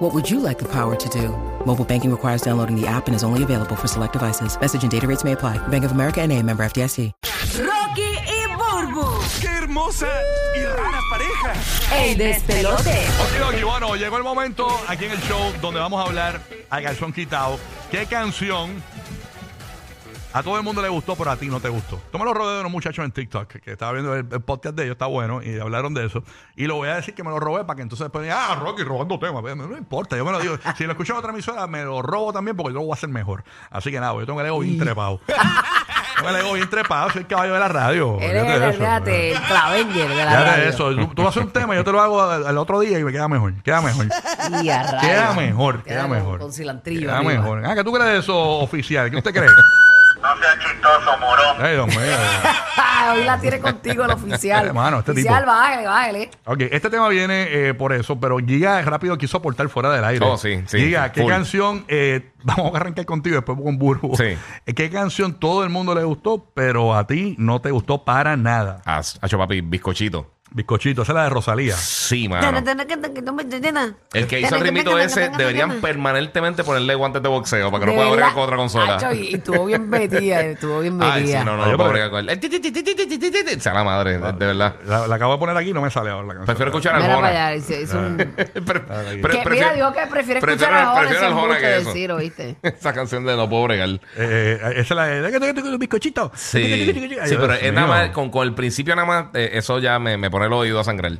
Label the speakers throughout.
Speaker 1: What would you like the power to do? Mobile banking requires downloading the app and is only available for select devices. Message and data rates may apply. Bank of America and a member FDIC.
Speaker 2: Rocky y Burbu.
Speaker 3: ¡Qué hermosa y rara pareja!
Speaker 2: El despelote.
Speaker 3: Ok, ok, bueno, llegó el momento aquí en el show donde vamos a hablar a calzón quitado. ¿Qué canción a todo el mundo le gustó, pero a ti no te gustó? Yo me lo robé de unos muchachos en TikTok que, que estaba viendo el, el podcast de ellos, está bueno, y hablaron de eso. Y lo voy a decir que me lo robé para que entonces después digan, ah, Rocky, robando temas. Pues, No no importa, yo me lo digo. Si lo escucho en otra emisora, me lo robo también porque yo lo voy a hacer mejor. Así que nada, yo tengo el ego bien trepado. Tengo el ego bien trepado, soy el caballo de la radio.
Speaker 2: Eres
Speaker 3: Olvídate de
Speaker 2: el,
Speaker 3: eso.
Speaker 2: fíjate, el clavenger de la
Speaker 3: Ya
Speaker 2: radio.
Speaker 3: de eso. Tú, tú vas a hacer un tema, yo te lo hago al, al otro día y me queda mejor. Queda mejor.
Speaker 2: Y a rayos.
Speaker 3: Queda mejor, queda
Speaker 2: con-
Speaker 3: mejor.
Speaker 2: Con cilantrillo.
Speaker 3: Queda
Speaker 2: arriba.
Speaker 3: mejor. Ah, ¿qué tú crees de eso oficial? ¿Qué usted cree?
Speaker 4: No seas chistoso, morón.
Speaker 3: Ay, Dios mío.
Speaker 2: Ah, Hoy la tiene contigo el oficial.
Speaker 3: Hermano, este tipo.
Speaker 2: oficial, bájale, bájale.
Speaker 3: Ok, este tema viene eh, por eso, pero Giga rápido quiso aportar fuera del aire.
Speaker 5: Oh, sí, sí,
Speaker 3: Giga,
Speaker 5: sí,
Speaker 3: ¿qué
Speaker 5: full.
Speaker 3: canción? eh, vamos a arrancar contigo después con Burbu.
Speaker 5: Sí.
Speaker 3: Eh, ¿Qué canción todo el mundo le gustó, pero a ti no te gustó para nada?
Speaker 5: Ah, Hacho papi, bizcochito.
Speaker 3: Bizcochito, esa es la de Rosalía.
Speaker 5: Sí, mano. El que hizo el ritmito ese deberían permanentemente ponerle guantes de boxeo para que no pueda
Speaker 2: De
Speaker 5: bregar
Speaker 2: verdad.
Speaker 5: con otra consola.
Speaker 2: Acho, y, y estuvo bien metida, estuvo bien metida.
Speaker 5: Ay, sí, no, no,
Speaker 3: Oye,
Speaker 5: no puedo
Speaker 3: pero-
Speaker 5: bregar con él. El ti, ti, ti, ti, ti, ti, ti, ti, ti. Sea la madre, de de verdad.
Speaker 3: La, la acabo de poner aquí y no me sale ahora la canción.
Speaker 5: Prefiero escuchar al
Speaker 2: Mira para
Speaker 5: Jona.
Speaker 2: allá, es- es un-
Speaker 5: Pre- pre-
Speaker 2: Que, mira,
Speaker 5: prefiero-
Speaker 2: dijo que prefiere escuchar
Speaker 5: prefiero-
Speaker 2: a Jorge
Speaker 5: prefiero al Jona que eso.
Speaker 2: decir, ¿oíste?
Speaker 5: Esa canción de No puedo bregar.
Speaker 3: Eh, eh, esa es la de. "Déjate, déjate, bizcochito.
Speaker 5: Sí,
Speaker 3: Ay, Dios
Speaker 5: sí pero es nada
Speaker 3: mío.
Speaker 5: más, con, con el principio nada más, eh, eso ya me, me pone el oído a sangrar.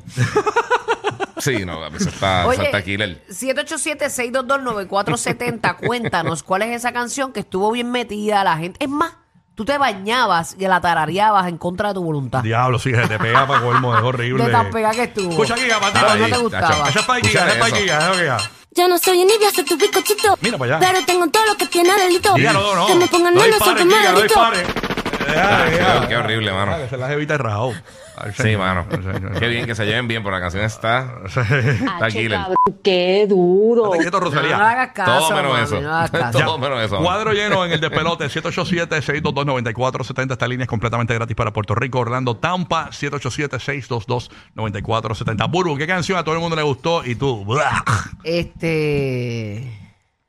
Speaker 5: sí, no, eso está, eso está killer.
Speaker 2: 787-622-9470, cuéntanos cuál es esa canción que estuvo bien metida la gente. Es más, tú te bañabas y la tarareabas en contra de tu voluntad.
Speaker 3: Diablo, sí, se te pega para colmo, es horrible.
Speaker 2: De tan pegada que estuvo.
Speaker 3: Escucha aquí,
Speaker 2: Pero
Speaker 3: patata.
Speaker 2: no te
Speaker 5: Ahí,
Speaker 2: gustaba.
Speaker 3: Esa es para Giga,
Speaker 5: Escucha
Speaker 3: esa es para
Speaker 5: eso.
Speaker 3: Giga, esa es para Giga.
Speaker 6: Yo no soy envidia, soy tu picochito.
Speaker 3: Mira para allá.
Speaker 6: Pero tengo todo lo que tiene delito.
Speaker 3: Giga, no, no.
Speaker 6: Que me pongan
Speaker 3: no
Speaker 6: uno,
Speaker 3: dispares,
Speaker 6: siempre me
Speaker 3: Giga, no
Speaker 6: derrito.
Speaker 3: dispares. Deja,
Speaker 5: qué-
Speaker 3: deja.
Speaker 5: qué horrible, mano.
Speaker 3: Ah, Que se las evita el rajado. Ay,
Speaker 5: Sí,
Speaker 3: señor.
Speaker 5: mano.
Speaker 3: Ay, señor.
Speaker 5: Qué bien que se lleven bien, pero la canción está,
Speaker 2: Ah,
Speaker 5: está killer.
Speaker 7: Qué duro.
Speaker 3: Estate quieto,
Speaker 2: No,
Speaker 3: Rosalía.
Speaker 2: no hagas caso.
Speaker 5: Todo menos
Speaker 2: mami,
Speaker 5: eso.
Speaker 2: No hagas caso.
Speaker 5: Todo menos eso.
Speaker 3: Cuadro lleno en el despelote 787-622-9470. Esta línea es completamente gratis para Puerto Rico, Orlando, Tampa 787-622-9470. Burbu, ¿qué canción a todo el mundo le gustó? Y tú, ¡buah!
Speaker 2: Este.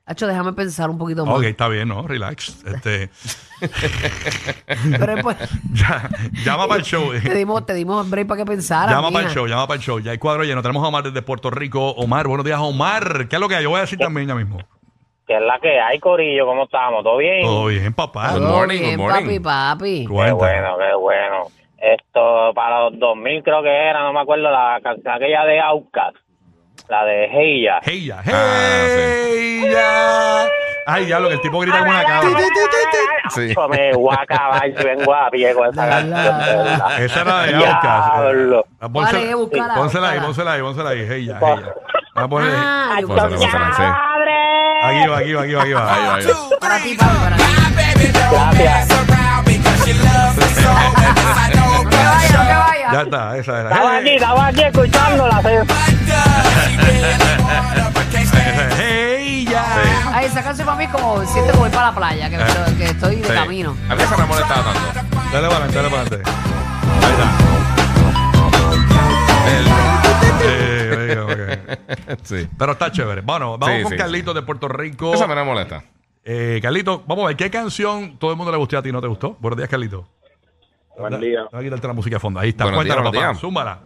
Speaker 2: Hacho, déjame pensar un poquito más.
Speaker 3: ok, está bien, ¿no? Relax. Este,
Speaker 2: Pero después
Speaker 3: ya- llama para el show.
Speaker 2: te dimos, te dimos break para que pensaras.
Speaker 3: Llama para el
Speaker 2: mija.
Speaker 3: show, llama para el show. Ya hay cuadro lleno. Tenemos a Omar desde Puerto Rico. Omar, buenos días, Omar. ¿Qué es lo que hay? Yo voy a decir también ya mismo.
Speaker 8: que es la que hay, Corillo? ¿Cómo estamos? ¿Todo bien?
Speaker 3: Todo bien, papá.
Speaker 5: Good
Speaker 2: Todo
Speaker 5: morning,
Speaker 2: bien,
Speaker 5: good morning.
Speaker 2: Papi, papi.
Speaker 8: qué
Speaker 3: Cuenta.
Speaker 8: bueno, qué bueno. Esto para los 2000 creo que era, no me acuerdo, la canción aquella de Outcast, la de Heya.
Speaker 3: Hey ya,
Speaker 5: Ah,
Speaker 3: hey ya. Ay, diablo, que el tipo grita como una cabra.
Speaker 5: Sí.
Speaker 8: Yo me voy a acabar si vengo a pie con esa
Speaker 2: La,
Speaker 8: canción.
Speaker 2: la,
Speaker 8: de
Speaker 2: la.
Speaker 8: verdad.
Speaker 3: Esa era de
Speaker 8: Diablo.
Speaker 3: Outcast. Ah,
Speaker 2: Vale,
Speaker 3: Pónsela,
Speaker 2: búscala,
Speaker 3: pónsela ahí,
Speaker 2: búscala.
Speaker 3: pónsela ahí, pónsela ahí. Hey ya, hey ya. Vamos a ponerle-
Speaker 2: Ah, yo-
Speaker 5: Pónsela, pónsela, sí.
Speaker 3: Aquí va, aquí va, aquí va, aquí va.
Speaker 5: Ahí va, ahí va.
Speaker 2: para ti, papi, para ti.
Speaker 8: Gracias.
Speaker 2: No te vayas, no te vayas.
Speaker 3: Ya está, esa era.
Speaker 8: Estaba aquí,
Speaker 3: Hey,
Speaker 8: estaba aquí escuchándola. se-
Speaker 3: esa era. Hey ya.
Speaker 2: Ay, esa canción para mí como siento que voy para la playa, que,
Speaker 3: Eh.
Speaker 2: pero que estoy de
Speaker 5: Sí.
Speaker 2: camino.
Speaker 5: A mí esa no me molestaba tanto.
Speaker 3: Dale para adelante, dale para adelante. Ahí está. Eh, ok, ok.
Speaker 5: El- sí.
Speaker 3: Pero está chévere. Bueno, vamos
Speaker 5: Sí,
Speaker 3: con
Speaker 5: sí,
Speaker 3: Carlitos de Puerto Rico.
Speaker 5: Esa me no me molesta.
Speaker 3: Eh, Carlito, vamos a ver, ¿qué canción todo el mundo le gustó y a ti no te gustó? Buenos días, Carlito.
Speaker 9: Buen día.
Speaker 3: Voy a quitarte la música a fondo. Ahí está.
Speaker 5: Buenos días,
Speaker 3: Cuéntanos,
Speaker 5: buenos
Speaker 3: papá.
Speaker 5: días.
Speaker 3: Zúmbala.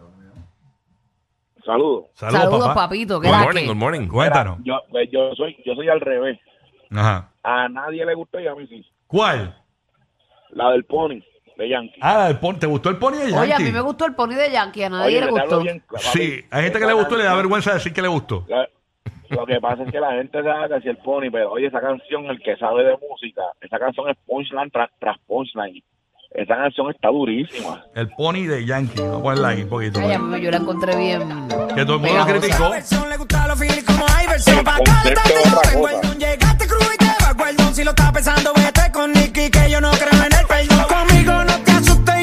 Speaker 9: Saludos.
Speaker 3: Saludos,
Speaker 2: Saludos,
Speaker 3: papá.
Speaker 2: papito. ¿Qué
Speaker 5: Good
Speaker 2: tal
Speaker 5: morning,
Speaker 2: que?
Speaker 5: good morning.
Speaker 3: Cuéntanos.
Speaker 9: Yo, pues, yo soy yo soy al revés.
Speaker 3: Ajá.
Speaker 9: A nadie le gustó y a mí sí.
Speaker 3: ¿Cuál?
Speaker 9: La del pony de Yankee.
Speaker 3: Ah, el pon- ¿te gustó el Pony de Yankee?
Speaker 2: Oye, a mí me gustó el pony de Yankee, a nadie le
Speaker 9: Oye, te hablo
Speaker 2: gustó.
Speaker 9: bien claro,
Speaker 3: Sí,
Speaker 9: papi.
Speaker 3: hay gente que le
Speaker 9: Esa
Speaker 3: gustó y le da
Speaker 9: canción-
Speaker 3: vergüenza decir que le gustó.
Speaker 9: la- Lo que pasa es que la gente sabe que si el pony, pero oye, esa canción, el que sabe de música, esa canción es punchline tras, tras punchline. Esa canción está durísima.
Speaker 3: El Pony de Yankee. Vamos a ponerla ahí un poquito.
Speaker 2: Ay,
Speaker 3: para-
Speaker 2: a mí yo la encontré bien.
Speaker 3: Que todo el mundo la
Speaker 2: Pegajosa.
Speaker 3: criticó.
Speaker 10: Versión, le gusta los feeling como Iverson.
Speaker 9: El
Speaker 10: Pa'
Speaker 9: concepto
Speaker 10: calentarte
Speaker 9: es
Speaker 10: yo
Speaker 9: otra
Speaker 10: tengo
Speaker 9: cosa.
Speaker 10: el don. Llegaste crudo y te va el don. Si lo estás pensando, vete con Nicky, que yo no creo en el perdón. Conmigo no te asustes.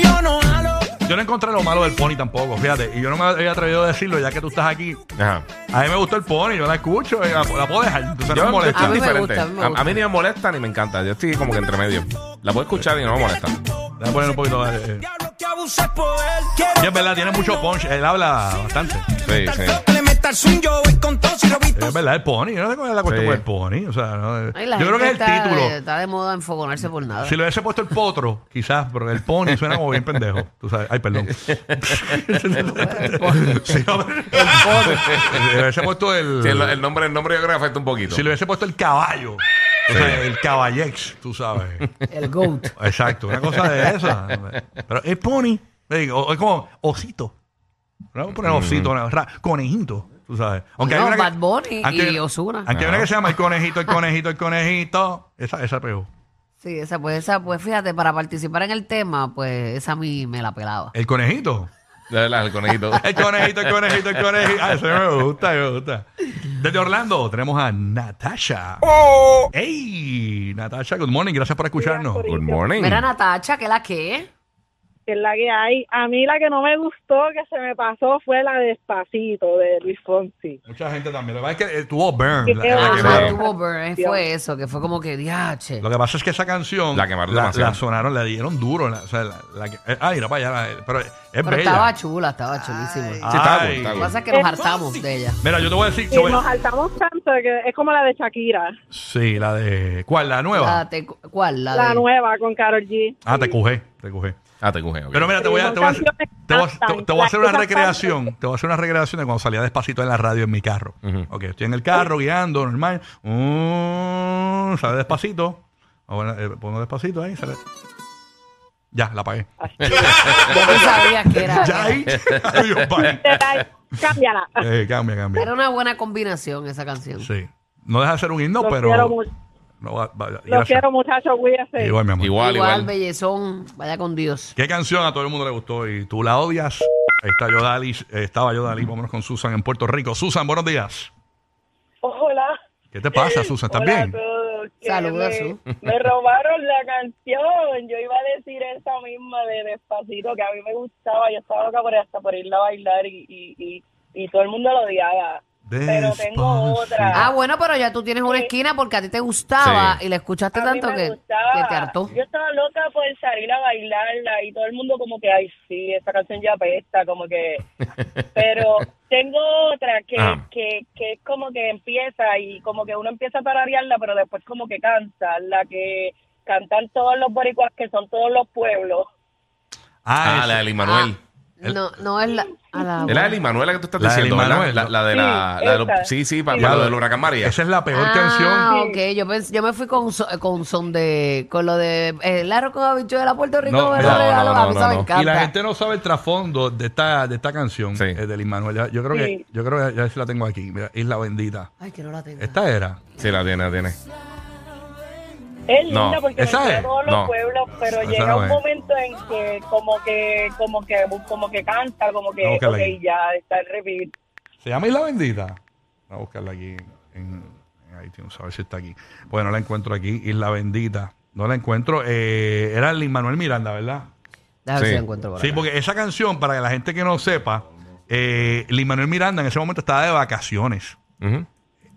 Speaker 3: Yo no encontré lo malo del pony tampoco, fíjate. Y yo no me había atrevido a decirlo, ya que tú estás aquí.
Speaker 5: Ajá.
Speaker 3: A mí me gustó el pony, yo la escucho, eh, la, la puedo dejar. Entonces no
Speaker 5: Yo
Speaker 3: me molesta.
Speaker 5: estoy
Speaker 2: A mí me
Speaker 5: diferente.
Speaker 2: gusta, a mí me
Speaker 5: a,
Speaker 2: gusta.
Speaker 5: a mí ni me molesta ni me encanta. Yo estoy como que entre medio. La puedo escuchar y no me molesta.
Speaker 3: Voy a poner un poquito de. eh.
Speaker 10: Diablo que abusa es poder.
Speaker 3: Y
Speaker 10: Quiero
Speaker 3: es verdad, tiene mucho punch. Él habla bastante.
Speaker 5: Sí, sí.
Speaker 10: que le meta el swing, yo voy con todo si lo visto.
Speaker 3: Es verdad, el pony. Yo no sé cuál es la cuestión
Speaker 5: Sí.
Speaker 3: con el pony. O sea, no, eh.
Speaker 2: Ay, la
Speaker 3: yo creo que
Speaker 2: gente
Speaker 3: es el
Speaker 2: está,
Speaker 3: título.
Speaker 2: Está de moda enfogonarse por nada.
Speaker 3: Si le hubiese puesto el potro, quizás, pero el pony suena como bien pendejo. Tú sabes. Ay, perdón. si no, le hubiese puesto el.
Speaker 5: Sí, el, el nombre, el nombre yo creo que afecta un poquito.
Speaker 3: Si le hubiese puesto el caballo. O sea, el caballex, tú sabes.
Speaker 2: El GOAT.
Speaker 3: Exacto, una cosa de esa. Pero es pony. Le digo, o- es como osito. Vamos a poner
Speaker 5: Mm.
Speaker 3: osito, una- ra- conejito, tú sabes.
Speaker 2: No,
Speaker 3: una
Speaker 2: Bad Bunny y Ozuna.
Speaker 3: Aunque hay una
Speaker 5: Ah.
Speaker 3: que se llama el conejito, el conejito, el conejito. Esa, esa pegó.
Speaker 2: Sí, esa pues, esa, pues fíjate, para participar en el tema, pues esa a mí me la pelaba.
Speaker 3: El conejito.
Speaker 5: De verdad, el conejito.
Speaker 3: El conejito, el conejito, el conejito. Ah, eso me gusta, me gusta. Desde Orlando tenemos a Natasha. ¡Ey! Natasha, good morning. Gracias por escucharnos.
Speaker 5: Good morning.
Speaker 2: Mira, Natacha, que la que
Speaker 7: que es la que hay. A mí la que no me gustó, que se me pasó, fue la de Despacito, de Luis Fonsi.
Speaker 3: Mucha gente también. Lo que pasa es que eh, tuvo Burn.
Speaker 7: Qué
Speaker 3: la- la
Speaker 7: va.
Speaker 2: Ajá,
Speaker 5: que
Speaker 3: quemaron.
Speaker 5: va.
Speaker 2: Ah, tuvo burn, fue eso, que fue como que diache.
Speaker 3: Lo que pasa es que esa canción
Speaker 5: La quemaron demasiado.
Speaker 3: la sonaron, la dieron duro. la- o sea, la, la que- eh, ay, era para allá. la- pero es
Speaker 2: Pero
Speaker 3: bella.
Speaker 2: estaba chula, estaba chulísima.
Speaker 5: Sí,
Speaker 3: Ay.
Speaker 5: está cool, está
Speaker 2: Lo que
Speaker 5: cool.
Speaker 2: pasa es que nos hartamos de ella.
Speaker 3: Mira, yo te voy a decir.
Speaker 7: Y
Speaker 3: te voy-
Speaker 7: nos saltamos tanto que es como la de Shakira,
Speaker 3: sí, la de. ¿Cuál? La nueva.
Speaker 2: La Ah, te- ¿Cuál? La,
Speaker 7: la
Speaker 2: de-
Speaker 7: nueva con Karol G.
Speaker 3: Ah, te cogé, te cogé.
Speaker 5: Ah, te cogeo.
Speaker 3: Pero mira, te voy a, te voy a,
Speaker 7: Son canciones que
Speaker 3: te voy a-
Speaker 7: cantan.
Speaker 3: te- te voy a hacer una
Speaker 7: Esas
Speaker 3: recreación. Te voy a hacer una recreación de cuando salía despacito en la radio en mi carro. Ok, estoy en el carro guiando, normal. Mm, sale despacito. Ahora, eh, pongo despacito ahí, sale. Ya, la apagué.
Speaker 2: Ya tú sabías que era.
Speaker 3: Ya ahí. Adiós, bye.
Speaker 7: Te da- Cámbiala.
Speaker 3: Eh, cambia, cambia.
Speaker 2: Era una buena combinación esa canción.
Speaker 3: Sí. No deja de ser un himno,
Speaker 7: Los
Speaker 3: pero.
Speaker 7: quiero mucho.
Speaker 3: No, va- va-
Speaker 7: Los
Speaker 3: gracias.
Speaker 7: quiero, muchachos, cuídense.
Speaker 3: Igual, mi amor.
Speaker 5: Igual,
Speaker 2: igual,
Speaker 5: igual.
Speaker 2: bellezón, vaya con Dios.
Speaker 3: ¿Qué canción a todo el mundo le gustó y tú la odias? Ahí está yo, Dali. eh, Estaba yo, Dali. Vámonos con Susan en Puerto Rico. Susan, buenos días.
Speaker 7: Hola.
Speaker 3: ¿Qué te pasa, Susan? ¿Estás
Speaker 7: Hola a
Speaker 3: bien?
Speaker 7: todos. Que
Speaker 2: Saluda,
Speaker 7: me-
Speaker 2: Su.
Speaker 7: Me robaron la canción. Yo iba a decir esa misma de Despacito, que a mí me gustaba. Yo estaba loca por, hasta por irla a bailar y, y, y, y todo el mundo lo odiaba. Pero tengo otra.
Speaker 2: Ah, bueno, pero ya tú tienes una esquina porque a ti te gustaba
Speaker 5: Sí.
Speaker 2: y la escuchaste
Speaker 7: A mí
Speaker 2: tanto
Speaker 7: me
Speaker 2: que,
Speaker 7: gustaba.
Speaker 2: que te hartó.
Speaker 7: Yo estaba loca por salir a bailarla y todo el mundo como que, ay, sí, esta canción ya apesta, como que... Pero tengo otra que,
Speaker 3: Ah.
Speaker 5: Ajá.
Speaker 7: que, que es como que empieza y como que uno empieza a tararearla, pero después como que cansa, la que cantan todos los boricuas, que son todos los pueblos.
Speaker 3: Ah,
Speaker 5: Ah,
Speaker 3: esa.
Speaker 5: la de Manuel.
Speaker 2: No, no es la. a la-
Speaker 5: Es la de Limanuel la que tú estás
Speaker 3: La de
Speaker 5: diciendo, ¿verdad?
Speaker 3: Limanuel,
Speaker 5: La,
Speaker 3: ¿no?
Speaker 5: la de la...
Speaker 7: Sí,
Speaker 5: la de los-
Speaker 7: esa.
Speaker 5: sí, sí, para,
Speaker 7: Sí.
Speaker 5: para lo del huracán María.
Speaker 3: Esa es la peor
Speaker 2: Ah,
Speaker 3: canción.
Speaker 2: ok. Yo, pens- yo me fui con, so- con son de. Con lo de. eh, El arroz con habichuela de la Puerto Rico.
Speaker 3: No,
Speaker 2: me
Speaker 3: no,
Speaker 2: lo regaló.
Speaker 5: no,
Speaker 2: a mí
Speaker 5: no,
Speaker 2: esa me
Speaker 5: no.
Speaker 2: encanta.
Speaker 3: Y la gente no sabe el trasfondo de esta, de esta canción
Speaker 5: Sí.
Speaker 3: eh, de Lin Manuel. Yo, yo creo que,
Speaker 7: Sí.
Speaker 3: yo creo que ya sí la tengo aquí. Mira, Isla Bendita.
Speaker 2: Ay, que no la tengo.
Speaker 3: Esta era.
Speaker 5: Sí, la tiene, la tiene.
Speaker 7: Es
Speaker 5: No,
Speaker 7: linda porque
Speaker 3: esa
Speaker 7: me
Speaker 3: es.
Speaker 7: lleva a todos los
Speaker 5: No.
Speaker 7: pueblos, pero
Speaker 3: Esa
Speaker 7: llega
Speaker 3: no
Speaker 7: un
Speaker 3: es.
Speaker 7: momento en que como que como que como que canta, como que
Speaker 3: No, que la-
Speaker 7: ok, ya está el repeat.
Speaker 3: ¿Se llama Isla Bendita? Voy a buscarla aquí en, en iTunes, a ver si está aquí. Bueno, no la encuentro aquí, Isla Bendita. No la encuentro. Eh, era Lin Manuel Miranda, ¿verdad?
Speaker 2: Déjame ver
Speaker 5: Sí.
Speaker 2: si la encuentro por
Speaker 3: Sí,
Speaker 2: acá.
Speaker 3: porque esa canción, para la gente que no sepa, eh, Lin Manuel Miranda en ese momento estaba de vacaciones.
Speaker 5: Ujú.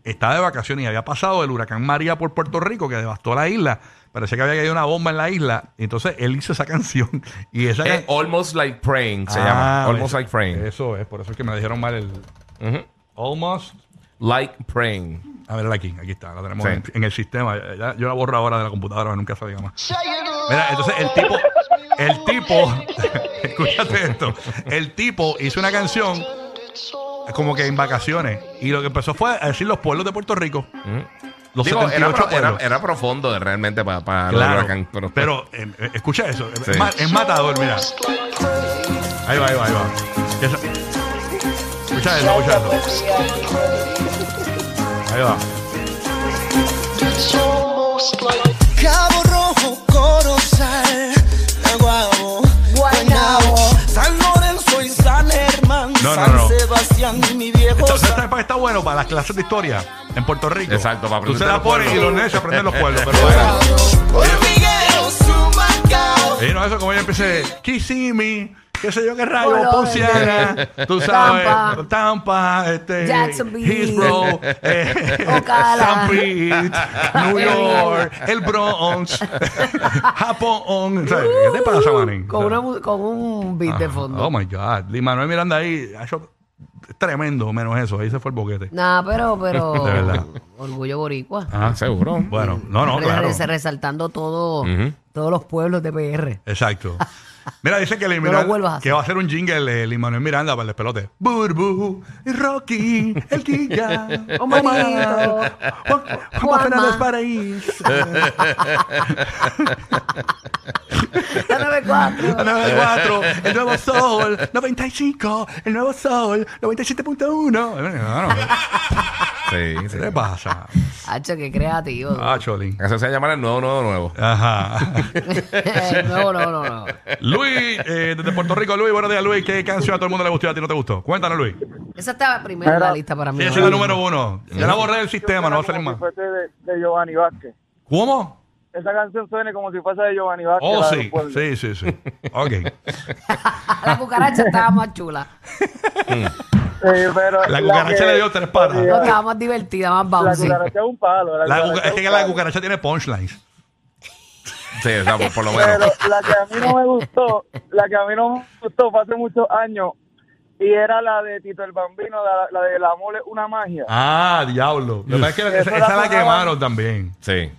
Speaker 3: Estaba de vacaciones y había pasado el huracán María por Puerto Rico que devastó la isla. Parecía que había caído una bomba en la isla. Y entonces él hizo esa canción. Y esa
Speaker 5: Es
Speaker 3: can-
Speaker 5: Almost Like Praying, Eh, se
Speaker 3: Eh, Ah,
Speaker 5: llama. Almost
Speaker 3: eso-
Speaker 5: Like Praying.
Speaker 3: Eso es, por eso es que me dijeron mal el.
Speaker 5: Ujú.
Speaker 3: Almost.
Speaker 5: Like Praying.
Speaker 3: A verla aquí, aquí está, la tenemos
Speaker 5: Sí.
Speaker 3: en, en el sistema. Ya- ya- yo la borro ahora de la computadora, nunca se diga más. Mira, entonces el tipo, el tipo, escúchate esto, el tipo hizo una canción como que en vacaciones y lo que empezó fue a decir los pueblos de Puerto Rico. Los
Speaker 5: Mm. Digo, era,
Speaker 3: 78
Speaker 5: pro- era-
Speaker 3: pueblos.
Speaker 5: era profundo realmente para, para lo del
Speaker 3: Claro,
Speaker 5: huracán. Pero, pues-
Speaker 3: pero eh, eh, escucha eso, es
Speaker 5: Sí.
Speaker 3: ma- es, matador, mira. Ahí va, ahí va, ahí va. Eso- Escucha eso, escucha eso. Ahí va.
Speaker 10: Cabo Rojo, Corozal, Naguabo, Guaynabo, San Lorenzo y San Germán,
Speaker 3: No, no,
Speaker 10: San
Speaker 3: no.
Speaker 10: Sebastián y mi viejo
Speaker 3: Entonces,
Speaker 10: San
Speaker 3: ¿sabes para qué está bueno? Para las clases de historia en Puerto Rico.
Speaker 5: Exacto, para
Speaker 3: Tú se
Speaker 5: aprenderte
Speaker 3: la
Speaker 5: los
Speaker 3: pones y
Speaker 5: pueblos.
Speaker 3: los nenes se aprenden los pueblos. Pero bueno.
Speaker 10: Hormiguero, Sumacao,
Speaker 3: Y no, eso como ella empieza, Kissimmee, qué sé yo qué rayo,
Speaker 2: Colores.
Speaker 3: Ponciana, tú sabes, Tampa,
Speaker 2: Tampa.
Speaker 3: este,
Speaker 2: Jacksonville.
Speaker 3: Hillsborough, eh,
Speaker 2: Ocala.
Speaker 3: San Pete, New York, el Bronx, Japón. ¿sabes? ¿Qué te pasa, manín?
Speaker 2: Uh, Con, una mu- con un beat de fondo.
Speaker 3: Oh my God. Y Manuel Miranda ahí, ha hecho tremendo, menos eso. Ahí se fue el boquete.
Speaker 2: Nah, pero, pero.
Speaker 3: De verdad.
Speaker 2: Orgullo boricua.
Speaker 3: Ajá.
Speaker 5: Ah, Seguro.
Speaker 3: Bueno, no, no,
Speaker 2: Re-
Speaker 3: claro.
Speaker 2: res- Resaltando todo,
Speaker 5: Ujú.
Speaker 2: todos los pueblos de PR.
Speaker 3: Exacto. Mira, dice que, Lin
Speaker 2: No lo
Speaker 3: Miranda-
Speaker 2: vuelvas a hacer.
Speaker 3: que va a hacer un jingle el Manuel Miranda para el despelote. Burbu, Rocky, el Kika, Omar, Juan,
Speaker 2: Omarito,
Speaker 3: Juan
Speaker 2: Juanma.
Speaker 3: Fernández Paraís.
Speaker 2: La 94.
Speaker 3: La 94, el nuevo Sol, 95, el nuevo Sol, 97.1. Bueno,
Speaker 5: Sí, sí.
Speaker 3: ¿Qué le pasa?
Speaker 2: Hacho, qué creativo.
Speaker 3: Ah, Cholín.
Speaker 5: Eso se va a llamar el nuevo, nuevo, nuevo.
Speaker 3: Ajá.
Speaker 2: no, no, no, no.
Speaker 3: Luis, eh, desde Puerto Rico, Luis, buenos días, Luis. ¿Qué canción a todo el mundo le gustó y a ti no te gustó? Cuéntanos, Luis.
Speaker 2: Esa estaba primero en la lista para mí.
Speaker 3: Sí, ese es el número uno. Ya la borré del sistema, no va a salir más.
Speaker 7: de, de Giovanni Vázquez.
Speaker 3: ¿Cómo?
Speaker 7: Esa canción suena como si fuese de Giovanni Vázquez.
Speaker 3: Oh,
Speaker 7: la de
Speaker 3: sí.
Speaker 7: Pueblo.
Speaker 3: Sí, sí, sí. Ok.
Speaker 2: La cucaracha estaba más chula.
Speaker 7: Sí, pero
Speaker 3: La cucaracha
Speaker 7: que-
Speaker 3: le dio tres patas.
Speaker 2: No, estaba más divertida, más
Speaker 7: La
Speaker 2: bouncy.
Speaker 7: cucaracha es un palo.
Speaker 3: La
Speaker 7: cucaracha
Speaker 3: cuca- es que
Speaker 7: un
Speaker 3: la
Speaker 7: palo.
Speaker 3: cucaracha tiene punchlines.
Speaker 5: Sí, o sea, por, por lo
Speaker 7: Pero
Speaker 5: menos.
Speaker 7: la que a mí no me gustó, la que a mí no me gustó fue hace muchos años y era la de Tito el Bambino, la, la de La Mole, una magia.
Speaker 3: Ah, diablo. Lo que pasa es que
Speaker 7: Eso
Speaker 3: esa,
Speaker 7: la
Speaker 3: esa la
Speaker 7: sonaba.
Speaker 3: quemaron también.
Speaker 5: Sí.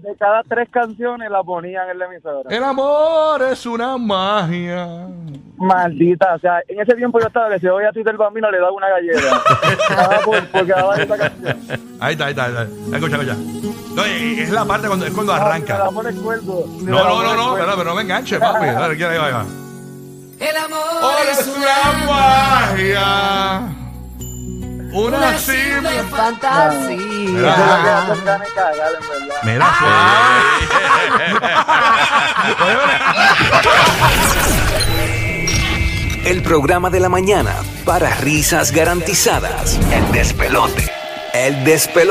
Speaker 7: De cada tres canciones la ponían en la emisora.
Speaker 3: El amor es una magia.
Speaker 7: Maldita, o sea, en ese tiempo yo estaba que si voy a Tito el Bambino le daba una galleta. Cada por, porque daba esa canción.
Speaker 3: Ahí está, ahí está. Ahí está. Escúchalo ya. No, y- y es la parte cuando, es cuando
Speaker 7: De La
Speaker 3: arranca.
Speaker 7: Mole cuervo. De
Speaker 3: No,
Speaker 7: La
Speaker 3: no,
Speaker 7: Mole
Speaker 3: no, no,
Speaker 7: Cuervo.
Speaker 3: pero, pero no me enganche, papi. Dale, quiere, ahí va, ahí va.
Speaker 2: El amor
Speaker 3: Ahora es una magia. Una simple.
Speaker 7: Esa es la que
Speaker 3: Ah.
Speaker 2: fantasía.
Speaker 7: hace ganas de cagar, en verdad.
Speaker 3: Mira,
Speaker 10: El programa de la mañana para risas garantizadas. El despelote. El despelote.